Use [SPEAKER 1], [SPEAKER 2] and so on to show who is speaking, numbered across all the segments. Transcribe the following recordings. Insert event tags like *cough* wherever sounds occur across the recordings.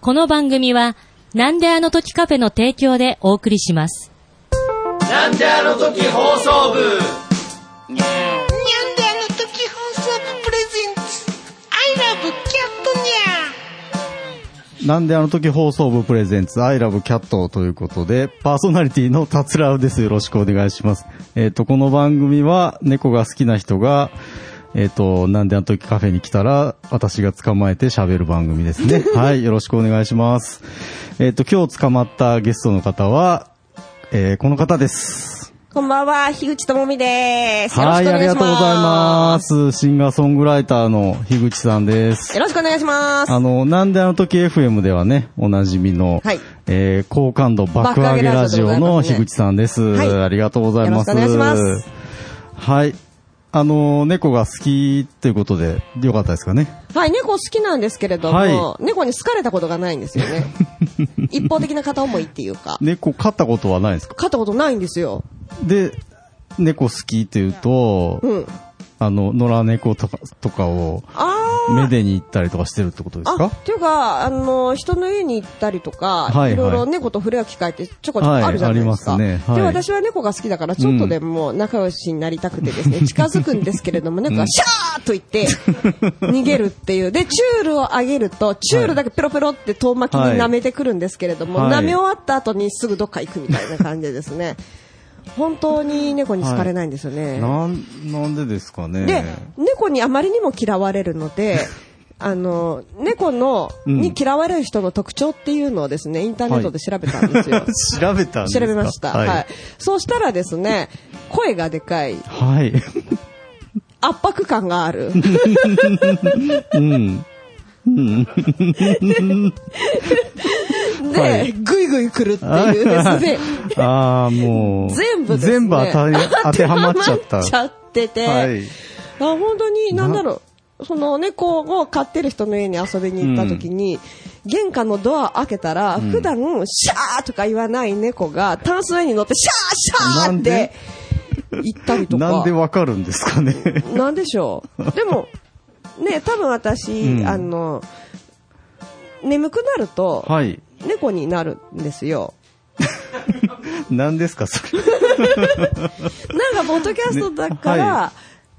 [SPEAKER 1] この番組は、なんであの時カフェの提供でお送りします。
[SPEAKER 2] なんであの時放送部
[SPEAKER 3] ニャンであの時放送部プレゼンツ I love キャットニ
[SPEAKER 4] なんであの時放送部プレゼンツ、I love cat ということで、パーソナリティの達郎です。よろしくお願いします。えっ、と、この番組は猫が好きな人が、えっ、と、なんであの時カフェに来たら、私が捕まえて喋る番組です
[SPEAKER 5] *laughs*
[SPEAKER 4] ね。はい、よろしくお願いします。えっ、と、今日捕まったゲストの方は、えーこの方です。
[SPEAKER 5] こんばんは、樋口智美です。よろ
[SPEAKER 4] は
[SPEAKER 5] し
[SPEAKER 4] い、
[SPEAKER 5] くお
[SPEAKER 4] あ
[SPEAKER 5] 願
[SPEAKER 4] り
[SPEAKER 5] いし
[SPEAKER 4] がとうござい
[SPEAKER 5] ま。
[SPEAKER 4] ますす。シンガーソングライターの樋口さんです。
[SPEAKER 5] よろしくお願いします。
[SPEAKER 4] あの、なんであの時 FM ではね、おなじみの、
[SPEAKER 5] はい
[SPEAKER 4] えー好感度爆上げラジオの
[SPEAKER 5] 爆上げラジオでございますね
[SPEAKER 4] 樋口さんです。
[SPEAKER 5] はい
[SPEAKER 4] ありがとうございます。
[SPEAKER 5] よろしくお願いします
[SPEAKER 4] はい。あの、猫が好きということで、よかったですかね。
[SPEAKER 5] はい、猫好きなんですけれども、
[SPEAKER 4] は
[SPEAKER 5] 猫に好かれたことがないんです
[SPEAKER 4] *laughs*
[SPEAKER 5] よね。一方的な片思いっていうか、
[SPEAKER 4] 猫飼ったことはないですか
[SPEAKER 5] 飼ったことないんですよ。
[SPEAKER 4] で、猫好きっていうと、 *laughs*
[SPEAKER 5] うん。
[SPEAKER 4] あの、野良猫とかとかを、
[SPEAKER 5] あー。
[SPEAKER 4] めでに行ったりとかしてるってことです
[SPEAKER 5] あ、
[SPEAKER 4] か
[SPEAKER 5] っていうか、あの、人の家に行ったりとか、
[SPEAKER 4] はいはい
[SPEAKER 5] いろいろ猫と触れ合う機会ってちょこちょこあるじゃないですか。
[SPEAKER 4] はいありますねはい
[SPEAKER 5] で、私は猫が好きだから、ちょっとでも仲良しになりたくてですね、
[SPEAKER 4] *laughs*
[SPEAKER 5] 近づくんですけれども、猫がシャーっと言って、逃げるっていう。で、チュールをあげると、チュールだけペロペロって遠巻きに舐めてくるんですけれども、
[SPEAKER 4] はい
[SPEAKER 5] 舐め終わった後にすぐどっか行くみたいな感じですね。本当に猫に好かれないんですよ
[SPEAKER 4] *laughs*
[SPEAKER 5] ね。
[SPEAKER 4] なん、なんでですかね。
[SPEAKER 5] で、猫にあまりにも嫌われる
[SPEAKER 4] *laughs*
[SPEAKER 5] ので、あの、猫の、
[SPEAKER 4] うん
[SPEAKER 5] に嫌われる人の特徴っていうのをですね、インターネットで調べたんですよ。
[SPEAKER 4] *laughs* 調べたんですか
[SPEAKER 5] 調べました、はい。そうしたらですね、声がでかい、
[SPEAKER 4] はい。
[SPEAKER 5] 圧迫感がある。
[SPEAKER 4] *laughs* うん。は
[SPEAKER 5] で、
[SPEAKER 4] い
[SPEAKER 5] ぐいぐい来るっていうですね、
[SPEAKER 4] *laughs* ああ、もう。
[SPEAKER 5] 全部ですね。
[SPEAKER 4] 全部当た
[SPEAKER 5] *laughs*
[SPEAKER 4] り当てはまっちゃっ
[SPEAKER 5] 当て
[SPEAKER 4] た。
[SPEAKER 5] はまっちゃってて、
[SPEAKER 4] はい。
[SPEAKER 5] あ本当に、なんだろう、その猫を飼ってる人の家に遊びに行った時に、玄関のドア開けたら、普段、シャーとか言わない猫が、タンスの上に乗って、シャーシャーって言ったりとか。
[SPEAKER 4] なんでわかるんですか
[SPEAKER 5] *laughs*
[SPEAKER 4] ね。
[SPEAKER 5] なんでしょう。でも、ね、多分私、
[SPEAKER 4] うん
[SPEAKER 5] あの、眠くなると、
[SPEAKER 4] はい。
[SPEAKER 5] 猫になるんですよ。
[SPEAKER 4] なんですか、それ。
[SPEAKER 5] なんか、ポッドキャストだから、
[SPEAKER 4] ねは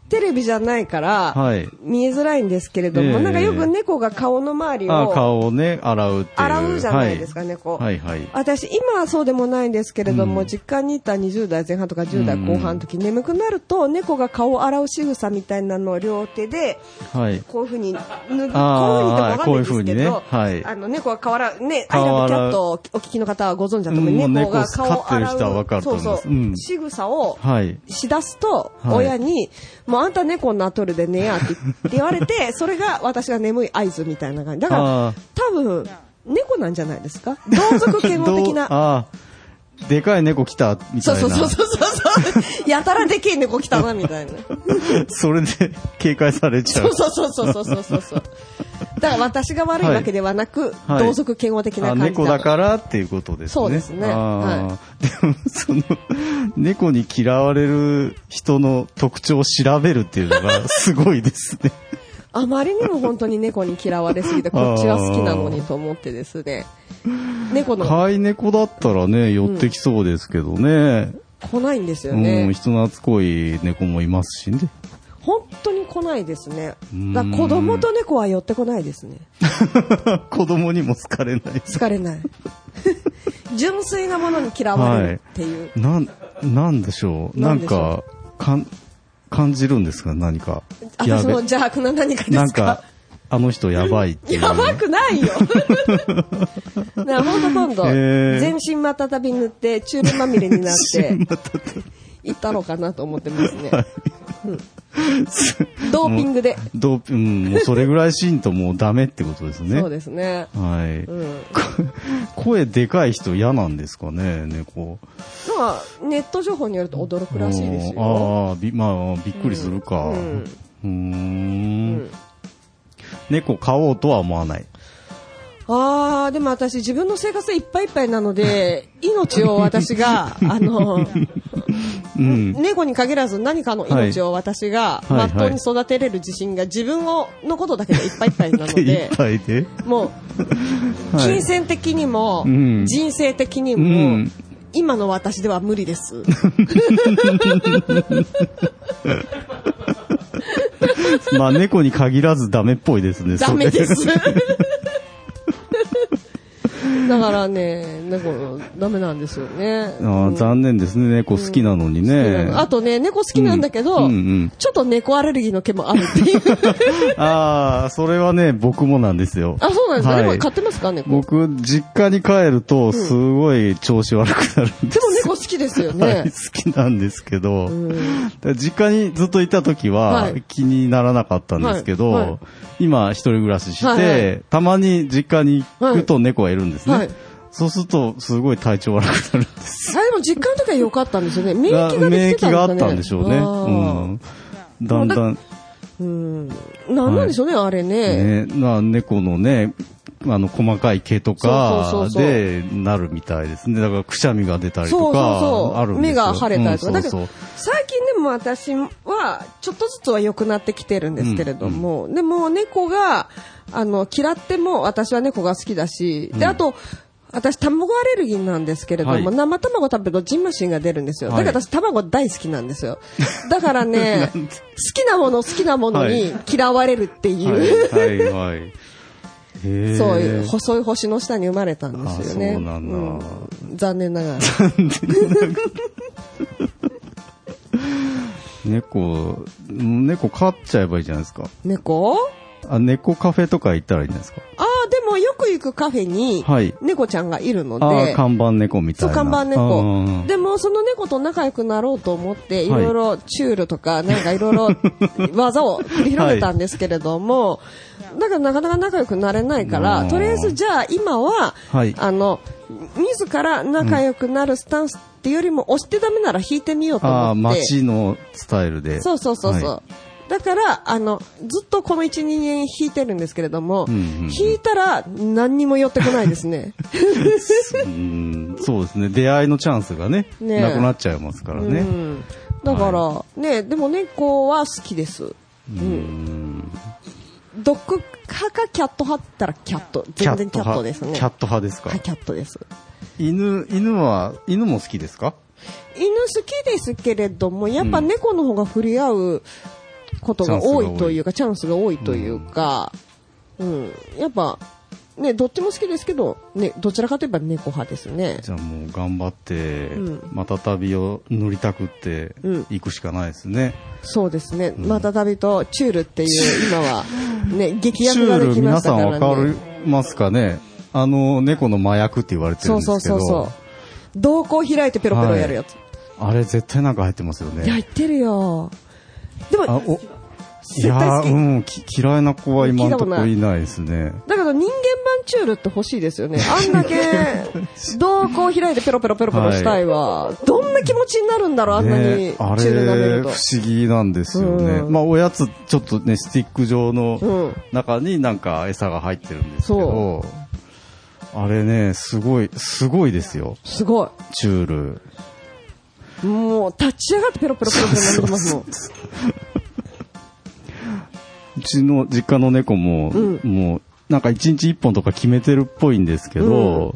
[SPEAKER 5] テレビじゃないから、 *laughs*
[SPEAKER 4] はい
[SPEAKER 5] 見えづらいんですけれども、
[SPEAKER 4] ええ
[SPEAKER 5] なんかよく猫が顔の周り
[SPEAKER 4] あ
[SPEAKER 5] を、
[SPEAKER 4] 顔をね、洗うっていう。
[SPEAKER 5] 洗うじゃないですか
[SPEAKER 4] はい
[SPEAKER 5] 猫
[SPEAKER 4] はいはい。
[SPEAKER 5] 私、今はそうでもないんですけれども、
[SPEAKER 4] うん
[SPEAKER 5] 実家にいた20代前半とか10代後半の時、眠くなると、猫が顔を洗う仕草みたいなのを両手で、
[SPEAKER 4] はい。
[SPEAKER 5] こういうふうに、ぬこういうふうにっ
[SPEAKER 4] あ
[SPEAKER 5] て
[SPEAKER 4] ー
[SPEAKER 5] わかんないんですけど、
[SPEAKER 4] はいこういうふうにねはい
[SPEAKER 5] あの、猫が顔洗う、ね、アイ
[SPEAKER 4] 顔洗
[SPEAKER 5] ラ
[SPEAKER 4] う
[SPEAKER 5] ブキャットをお聞きの方はご存知だと思う。
[SPEAKER 4] うん
[SPEAKER 5] 猫が顔
[SPEAKER 4] 猫
[SPEAKER 5] を
[SPEAKER 4] 飼ってる
[SPEAKER 5] 洗う。
[SPEAKER 4] 人はわかると思います
[SPEAKER 5] そうそう。
[SPEAKER 4] うん
[SPEAKER 5] 仕草を、
[SPEAKER 4] はい。
[SPEAKER 5] しだすと、
[SPEAKER 4] はい
[SPEAKER 5] 親に、もうあんた猫になっとるでねえやって言われて、
[SPEAKER 4] *laughs*
[SPEAKER 5] それが私が眠い合図みたいな感じ。だ
[SPEAKER 4] あ
[SPEAKER 5] から
[SPEAKER 4] ー、
[SPEAKER 5] 多分、猫なんじゃないですか同族嫌悪的
[SPEAKER 4] どう
[SPEAKER 5] な。
[SPEAKER 4] ああ、でかい猫来た、みた
[SPEAKER 5] *laughs* そう
[SPEAKER 4] いな。
[SPEAKER 5] そうそうそうそう。 *laughs* やたらでけえ猫来たな、みたい
[SPEAKER 4] *laughs*
[SPEAKER 5] な。
[SPEAKER 4] それで、警戒されちゃ
[SPEAKER 5] そうう。そうそうそうそうそうそうそう。だから私が悪いわけではなく、
[SPEAKER 4] はい
[SPEAKER 5] 同族嫌悪的
[SPEAKER 4] あ
[SPEAKER 5] な感じ
[SPEAKER 4] 猫だからっていうことですね。
[SPEAKER 5] そうですね
[SPEAKER 4] あーでも、その、猫に嫌われる人の特徴を調べるっていうのがすごいです
[SPEAKER 5] *laughs*
[SPEAKER 4] ね。
[SPEAKER 5] あまりにも本当に猫に嫌われすぎて、こっちが好きなのにと思ってですね。猫の
[SPEAKER 4] 飼い猫だったらね、寄ってきそうですけどね。
[SPEAKER 5] 来ないんですよ
[SPEAKER 4] うん、
[SPEAKER 5] ね。
[SPEAKER 4] 人懐っこい猫もいますしね。 *laughs*
[SPEAKER 5] 本当に来ないですね
[SPEAKER 4] うん。
[SPEAKER 5] だから子供と猫は寄ってこないですね。
[SPEAKER 4] 子供にも好かれない。
[SPEAKER 5] 疲
[SPEAKER 4] *laughs*
[SPEAKER 5] れない。純粋なものに嫌われるっていう。
[SPEAKER 4] なん、なんでしょう。な
[SPEAKER 5] なんんでしょ
[SPEAKER 4] か、かん、感じるんですか何か。
[SPEAKER 5] 私の邪悪な何かですか
[SPEAKER 4] なんか、あの人やばいっていう。
[SPEAKER 5] やばくな
[SPEAKER 4] *laughs*
[SPEAKER 5] いよ。だからほんと今度、
[SPEAKER 4] へー
[SPEAKER 5] 全身またたび塗って、チュールまみれになって、
[SPEAKER 4] また
[SPEAKER 5] 行ったのかなと思ってますね。うんドーピングで。
[SPEAKER 4] ドーピうん、もうそれぐらいしんともうダメってことですね。
[SPEAKER 5] そうですね。
[SPEAKER 4] はい、
[SPEAKER 5] うん。
[SPEAKER 4] 声でかい人嫌なんですかね、猫。
[SPEAKER 5] まあ、ネット情報によると驚くらしいですよ。
[SPEAKER 4] ああ、び、まあ、びっくりするか。う
[SPEAKER 5] うんん。
[SPEAKER 4] ん猫飼おうとは思わない。
[SPEAKER 5] ああ、で
[SPEAKER 4] *laughs*
[SPEAKER 5] も私自分の生活でいっぱいいっぱいなので、命を私が、あの、
[SPEAKER 4] うん。
[SPEAKER 5] 猫に限らず何かの命を私が
[SPEAKER 4] はい
[SPEAKER 5] ま
[SPEAKER 4] はい
[SPEAKER 5] っとうに育てれる自信が自分をのことだけでいっぱいいっぱいなの
[SPEAKER 4] 手い *laughs*
[SPEAKER 5] で
[SPEAKER 4] っ、ぱいで。
[SPEAKER 5] もう、
[SPEAKER 4] はい
[SPEAKER 5] 金銭的にも、
[SPEAKER 4] うん
[SPEAKER 5] 人生的に
[SPEAKER 4] う
[SPEAKER 5] も、
[SPEAKER 4] ん
[SPEAKER 5] 今の私では無理
[SPEAKER 4] *laughs*
[SPEAKER 5] です。
[SPEAKER 4] まあ、猫に限らずダメっぽいですね、そ
[SPEAKER 5] ダ
[SPEAKER 4] れ
[SPEAKER 5] メです。 *laughs* だからね、猫、ダメなんですよね。
[SPEAKER 4] *laughs* あー残念ですね、猫好きなのにね。
[SPEAKER 5] あとね、猫好きなんだけど、
[SPEAKER 4] うんうんうん
[SPEAKER 5] ちょっと猫アレルギーの毛もあるって
[SPEAKER 4] *laughs*
[SPEAKER 5] いう。
[SPEAKER 4] ああ、それはね、僕もなんですよ。
[SPEAKER 5] あ、そうなんですか、
[SPEAKER 4] はい
[SPEAKER 5] 猫飼ってますか猫。でも
[SPEAKER 4] 僕、実家に帰ると、すごい調子悪くなるんです。
[SPEAKER 5] 猫好きですよ
[SPEAKER 4] はい、
[SPEAKER 5] ね。
[SPEAKER 4] 好きなんですけど、
[SPEAKER 5] うん
[SPEAKER 4] 実家にずっといた時
[SPEAKER 5] は
[SPEAKER 4] はい気にならなかったんですけど、
[SPEAKER 5] はいはい
[SPEAKER 4] 今一人暮らしして、
[SPEAKER 5] はいはい
[SPEAKER 4] たまに実家に行くと猫がいるんですね。
[SPEAKER 5] はい
[SPEAKER 4] そうすると、すごい体調悪くなるんです。
[SPEAKER 5] あれも実家の時は良かったんですよね。免疫ができてたん
[SPEAKER 4] 免
[SPEAKER 5] ですか
[SPEAKER 4] 疫
[SPEAKER 5] ね。
[SPEAKER 4] があったんでしょうね。
[SPEAKER 5] あ
[SPEAKER 4] うん、だんだん、
[SPEAKER 5] ーうん。なんなんでしょうね、あれね。
[SPEAKER 4] ね、な猫のね、あの、細かい毛と
[SPEAKER 5] そうそ
[SPEAKER 4] か
[SPEAKER 5] うそうそう
[SPEAKER 4] でなるみたいですね。だから、くしゃみが出たり
[SPEAKER 5] そ
[SPEAKER 4] と
[SPEAKER 5] うそう
[SPEAKER 4] か、あ
[SPEAKER 5] そ
[SPEAKER 4] る
[SPEAKER 5] う。
[SPEAKER 4] んです
[SPEAKER 5] 目
[SPEAKER 4] よ
[SPEAKER 5] が腫れたりとか。
[SPEAKER 4] うん
[SPEAKER 5] だけ
[SPEAKER 4] そうそ
[SPEAKER 5] ど
[SPEAKER 4] う、
[SPEAKER 5] 最近でも私は、ちょっとずつは良くなってきてるんですけれども、でも猫が、あの、嫌っても私は猫が好きだし、で、あと、私、卵アレルギーなんですけれども、
[SPEAKER 4] はい
[SPEAKER 5] 生卵食べるとジンマシンが出るんですよ。だから私、卵大好きなんですよ。だから
[SPEAKER 4] *laughs*
[SPEAKER 5] ね、好きなもの好きなものに嫌われるっていう、
[SPEAKER 4] はい、はい、はい。へー
[SPEAKER 5] *laughs* そういう、細い星の下に生まれたんですよね。
[SPEAKER 4] あそうなんだ
[SPEAKER 5] うん残
[SPEAKER 4] *laughs*
[SPEAKER 5] 念ながら。
[SPEAKER 4] 猫、猫飼っちゃえばいいじゃないですか。
[SPEAKER 5] 猫
[SPEAKER 4] あ、猫カフェとか行ったらいいんじゃないですか。
[SPEAKER 5] ああ、でもよく行くカフェに
[SPEAKER 4] はい、
[SPEAKER 5] 猫ちゃんがいるので、
[SPEAKER 4] ああ、看板猫みた
[SPEAKER 5] そ、
[SPEAKER 4] いうな。
[SPEAKER 5] 看板猫。
[SPEAKER 4] で、
[SPEAKER 5] でも、その猫と仲良くなろうと思って、い
[SPEAKER 4] はい
[SPEAKER 5] ろいろチュールとか、なんかいろいろ
[SPEAKER 4] *laughs*
[SPEAKER 5] 技を繰り広げたんですけれども、だからなかなか仲良くなれないか
[SPEAKER 4] う
[SPEAKER 5] ら、
[SPEAKER 4] ん
[SPEAKER 5] とりあえずじゃあ今は、
[SPEAKER 4] はい
[SPEAKER 5] あの、自ら仲良くなるスタンスっていうよりも、押してダメなら引いてみようと思って。
[SPEAKER 4] ああ、街のスタイルで。
[SPEAKER 5] そうそうそうそう。
[SPEAKER 4] は
[SPEAKER 5] だから、あの、ずっとこの1、2年弾いてるんですけれども、
[SPEAKER 4] うんうんうん
[SPEAKER 5] 弾いたら何にも寄ってこないですね。
[SPEAKER 4] いうんそうですね。出会いのチャンスがね、
[SPEAKER 5] ねえ
[SPEAKER 4] なくなっちゃいますから *laughs* ね。
[SPEAKER 5] うん。だから、
[SPEAKER 4] は
[SPEAKER 5] ね、でも猫は好きです。
[SPEAKER 4] うん
[SPEAKER 5] ドッグ派かキャット派って言ったらキャット。全然キャットですね。
[SPEAKER 4] キャット派ですか
[SPEAKER 5] はい、。キャットです。
[SPEAKER 4] 犬、犬は、犬も好きですか
[SPEAKER 5] 犬好きですけれども、やっぱ猫の方が触れ合うことが多いというか、チャンスが多いというか、うん、やっぱ、ね、どっちも好きですけど、ね、どちらかといえば猫派ですね。
[SPEAKER 4] じゃあもう頑張って、
[SPEAKER 5] う
[SPEAKER 4] また旅を乗りたくって
[SPEAKER 5] うん
[SPEAKER 4] 行くしかないですね。
[SPEAKER 5] そうですね。また旅とチュールって
[SPEAKER 4] *laughs*
[SPEAKER 5] いう、今は、ね、劇
[SPEAKER 4] チ
[SPEAKER 5] 薬
[SPEAKER 4] ュ
[SPEAKER 5] がで
[SPEAKER 4] ール
[SPEAKER 5] きま
[SPEAKER 4] 皆
[SPEAKER 5] した
[SPEAKER 4] さ
[SPEAKER 5] か
[SPEAKER 4] ん
[SPEAKER 5] ら
[SPEAKER 4] わかり
[SPEAKER 5] ね。
[SPEAKER 4] ますかねあの、猫の麻薬って言われてる
[SPEAKER 5] そ
[SPEAKER 4] ん
[SPEAKER 5] う
[SPEAKER 4] ですけ
[SPEAKER 5] そ
[SPEAKER 4] ど。
[SPEAKER 5] うそうそう。瞳孔開いてペロペロやるやつ。
[SPEAKER 4] あれ絶対なんか入ってますよ
[SPEAKER 5] いや、
[SPEAKER 4] ね。
[SPEAKER 5] 言ってるよ。で
[SPEAKER 4] あ、
[SPEAKER 5] も、
[SPEAKER 4] お、い
[SPEAKER 5] 絶対
[SPEAKER 4] や
[SPEAKER 5] 好き
[SPEAKER 4] ー、うん、き嫌いな子は今んとこいないですね。
[SPEAKER 5] だけど人間版チュールって欲しいですよね。あんだけ、瞳孔開いてペロペロペロペロしたいわ。どんな気持ちになるんだろう、あんなに
[SPEAKER 4] ねあ
[SPEAKER 5] チュール舐め
[SPEAKER 4] れ、不
[SPEAKER 5] ると。
[SPEAKER 4] 思議なんですよね。
[SPEAKER 5] うん
[SPEAKER 4] まあ、おやつ、ちょっとね、スティック状
[SPEAKER 5] う
[SPEAKER 4] の
[SPEAKER 5] ん
[SPEAKER 4] 中になんか餌が入ってるんですけど
[SPEAKER 5] そ、
[SPEAKER 4] あれね、すごい、すごいですよ、
[SPEAKER 5] すご
[SPEAKER 4] チュール。
[SPEAKER 5] い。もう、立ち上がってペロペロペロペロ舐めてますもん。
[SPEAKER 4] うちの実家の猫も、
[SPEAKER 5] う
[SPEAKER 4] もう、なんか一日一本とか決めてるっぽいんですけど、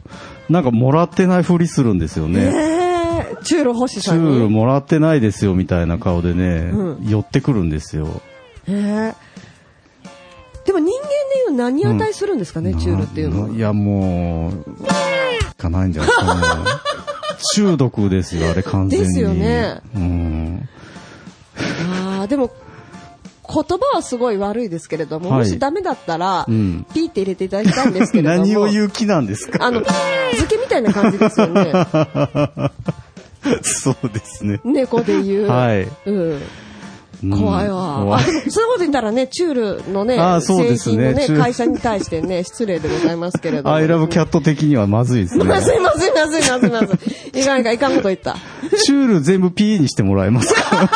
[SPEAKER 4] なんかもらってないふりするんですよね。
[SPEAKER 5] えー、チュール欲し
[SPEAKER 4] チ
[SPEAKER 5] さ
[SPEAKER 4] ュ
[SPEAKER 5] に。
[SPEAKER 4] ールもらってないですよみたいな顔でね、
[SPEAKER 5] う
[SPEAKER 4] 寄ってくるんですよ。
[SPEAKER 5] えーでも人間で言う何値するんですかね、チュールっていうのは。
[SPEAKER 4] いやもう、かないんじゃないですかね。
[SPEAKER 5] *laughs*
[SPEAKER 4] 中毒ですよ、あれ完全に。
[SPEAKER 5] ですよね
[SPEAKER 4] うん。
[SPEAKER 5] ああ、でも、言葉はすごい悪いですけれども、
[SPEAKER 4] はい
[SPEAKER 5] もしダメだったら、
[SPEAKER 4] うん
[SPEAKER 5] ピーって入れていただきたいんですけれども。
[SPEAKER 4] 何を言う気なんです
[SPEAKER 5] *laughs*
[SPEAKER 4] か
[SPEAKER 5] あの、漬けみたいな感じですよね。
[SPEAKER 4] そうですね。
[SPEAKER 5] 猫で言う。
[SPEAKER 4] はい
[SPEAKER 5] うん。
[SPEAKER 4] うん
[SPEAKER 5] 怖いわ。
[SPEAKER 4] 怖い
[SPEAKER 5] あ、でも、そういうこと言ったらね、チュールのね、
[SPEAKER 4] あーそう
[SPEAKER 5] 製
[SPEAKER 4] です
[SPEAKER 5] 品
[SPEAKER 4] ね
[SPEAKER 5] のね、
[SPEAKER 4] チュール
[SPEAKER 5] 会社に対してね、失礼でございますけれど
[SPEAKER 4] *laughs*
[SPEAKER 5] も。
[SPEAKER 4] アイラブキャット的にはまずいですね。
[SPEAKER 5] まずいまずいまずいまずいまずい。いかんいかん、いかんこと言った。
[SPEAKER 4] チュール全部 P にしてもらえ
[SPEAKER 5] *laughs*
[SPEAKER 4] ますか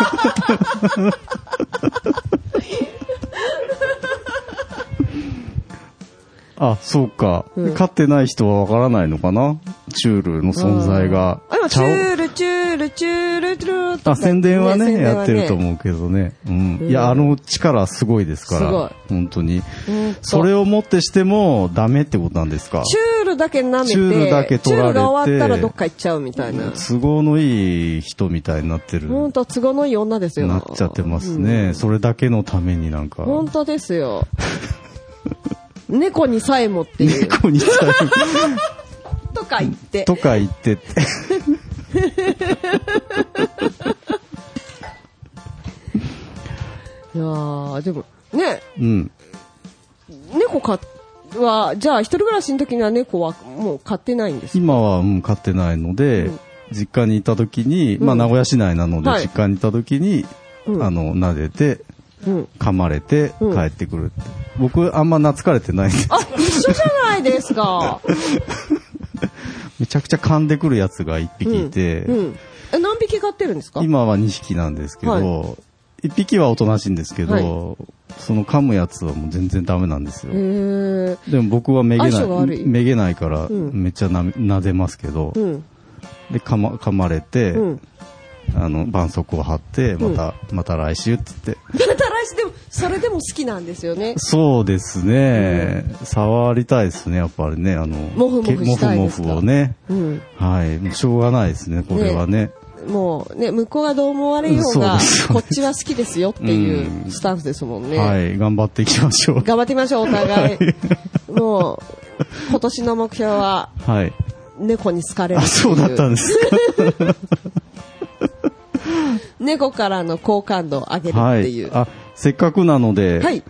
[SPEAKER 4] あ、そうか。
[SPEAKER 5] うん
[SPEAKER 4] 飼ってない人はわからないのかなチュールの存在が。
[SPEAKER 5] あ、でも、
[SPEAKER 4] ち
[SPEAKER 5] チ
[SPEAKER 4] ゃお
[SPEAKER 5] ュール、チュール、チュール、チュールって
[SPEAKER 4] あ、宣伝はね
[SPEAKER 5] 宣
[SPEAKER 4] やってると
[SPEAKER 5] う。
[SPEAKER 4] 思うけどね。うん。
[SPEAKER 5] うん
[SPEAKER 4] いや、あの力すごいですから。
[SPEAKER 5] すごい
[SPEAKER 4] 本当に。
[SPEAKER 5] うん
[SPEAKER 4] それをもってしてもダメってことなんですか
[SPEAKER 5] チュールだけ舐めて、
[SPEAKER 4] チュールだけ取られて
[SPEAKER 5] チュールが終わったらどっか行っちゃうみたいな。
[SPEAKER 4] 都合のいい人みたいになってる。
[SPEAKER 5] ほんと、都合のいい女ですよ。
[SPEAKER 4] なっちゃってますね、それだけのためになんか。
[SPEAKER 5] 本当で
[SPEAKER 4] *laughs*
[SPEAKER 5] すよ。猫にさえもっていう。
[SPEAKER 4] 猫にされる
[SPEAKER 5] とか言って。
[SPEAKER 4] とか言って
[SPEAKER 5] *laughs*
[SPEAKER 4] て。
[SPEAKER 5] いやーでも、ね、
[SPEAKER 4] うん。
[SPEAKER 5] 猫か、は、じゃあ一人暮らしの時には猫はもう飼ってないんです。
[SPEAKER 4] 今は、うん、飼ってないので、
[SPEAKER 5] うん
[SPEAKER 4] 実家にいた時に、まあ、
[SPEAKER 5] うん
[SPEAKER 4] 名古屋市内なので、
[SPEAKER 5] はい
[SPEAKER 4] 実家にいた時に、
[SPEAKER 5] うん
[SPEAKER 4] あの、撫でて、
[SPEAKER 5] うん。
[SPEAKER 4] 噛まれて、
[SPEAKER 5] うん
[SPEAKER 4] 帰ってくるって。僕、あんま懐かれてないんで、
[SPEAKER 5] あ、一緒じゃないですか。
[SPEAKER 4] *laughs* めちゃくちゃ噛んでくるやつが1匹いて、
[SPEAKER 5] うん。え、何匹飼ってるんですか
[SPEAKER 4] 今は2匹なんですけど、
[SPEAKER 5] は
[SPEAKER 4] 1匹はおとなしいんですけど、
[SPEAKER 5] はい
[SPEAKER 4] その噛むやつはもう全然ダメなんですよ。
[SPEAKER 5] へー
[SPEAKER 4] でも僕はめげ
[SPEAKER 5] 相性が
[SPEAKER 4] な
[SPEAKER 5] 悪
[SPEAKER 4] い、
[SPEAKER 5] い
[SPEAKER 4] めげないから、
[SPEAKER 5] うん
[SPEAKER 4] めっちゃな、撫でますけど、
[SPEAKER 5] うん。
[SPEAKER 4] で、噛ま、噛まれて、
[SPEAKER 5] うん。
[SPEAKER 4] あの、絆創膏を貼って、また、また来週って言って。
[SPEAKER 5] ただらし、でも、それでも好きなんですよね。
[SPEAKER 4] そうですね、触りたいですね、やっぱりね、あの、
[SPEAKER 5] もふもふしたい
[SPEAKER 4] けも
[SPEAKER 5] で
[SPEAKER 4] ふ
[SPEAKER 5] すか
[SPEAKER 4] もふをね。
[SPEAKER 5] うん。
[SPEAKER 4] はい、もうしょうがないですね、これはね。
[SPEAKER 5] もうね、向こうがどう思われよう
[SPEAKER 4] そう
[SPEAKER 5] が
[SPEAKER 4] ですよ、ね
[SPEAKER 5] こっちは好きですよっていう
[SPEAKER 4] うん
[SPEAKER 5] スタンスですもんね。
[SPEAKER 4] はい、頑張っていきましょう。
[SPEAKER 5] 頑張ってみましょう、お互い。もう、今年の目標は、
[SPEAKER 4] はい。
[SPEAKER 5] 猫に好かれる
[SPEAKER 4] あ、
[SPEAKER 5] *laughs* ってい
[SPEAKER 4] そうだったんですか。
[SPEAKER 5] 猫からの好感度を上げる
[SPEAKER 4] は
[SPEAKER 5] ってい
[SPEAKER 4] い。
[SPEAKER 5] う。は
[SPEAKER 4] あ、せっかくなので、
[SPEAKER 5] い。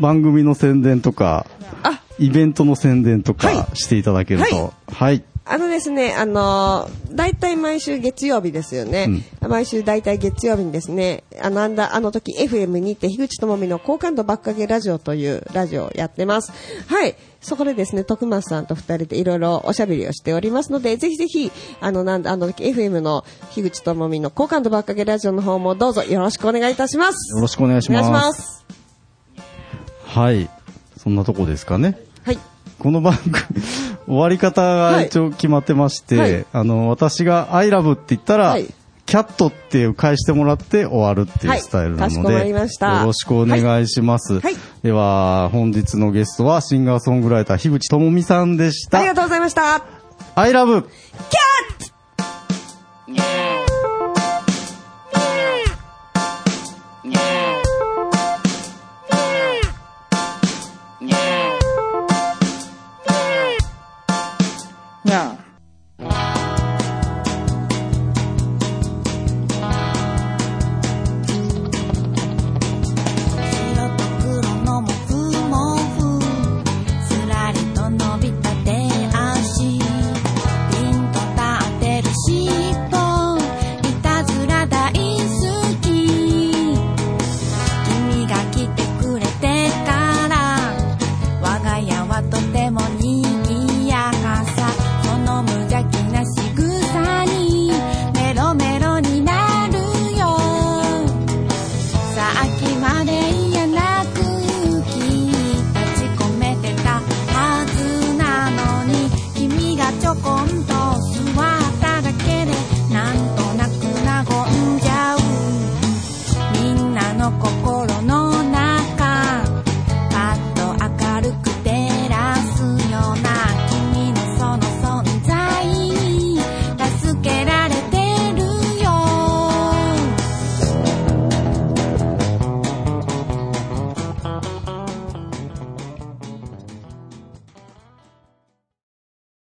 [SPEAKER 4] 番組の宣伝とか、
[SPEAKER 5] あ、
[SPEAKER 4] イベントの宣伝とか
[SPEAKER 5] は
[SPEAKER 4] していただけると。はい。
[SPEAKER 5] あのですね、あのー、大体毎週月曜日ですよね。毎週大体月曜日にですね、あの、あんだ、あの時 FM にて、樋口智美の好感度ばっかげラジオというラジオをやってます。はい。そこでですね、徳松さんと二人でいろいろおしゃべりをしておりますので、ぜひぜひ、あの、なんだ、あの時 FM の樋口智美の好感度ばっかげラジオの方もどうぞよろしくお願いいたします。
[SPEAKER 4] よろしくお願いします
[SPEAKER 5] お願いします。
[SPEAKER 4] はい。そんなとこですかね。
[SPEAKER 5] はい。
[SPEAKER 4] この番組、終わり方が一応決まってまして、
[SPEAKER 5] はい
[SPEAKER 4] あの、私が I love って言ったら、
[SPEAKER 5] はい
[SPEAKER 4] キャットっていう返してもらって終わるっていう
[SPEAKER 5] はい
[SPEAKER 4] スタイルなので、
[SPEAKER 5] かしこまりました
[SPEAKER 4] よろしくお願いします。
[SPEAKER 5] はいはい
[SPEAKER 4] では、本日のゲストはシンガーソングライター、樋口智美さんでし
[SPEAKER 5] ありが
[SPEAKER 4] た。
[SPEAKER 5] とうございました。
[SPEAKER 4] I love!
[SPEAKER 6] にゃ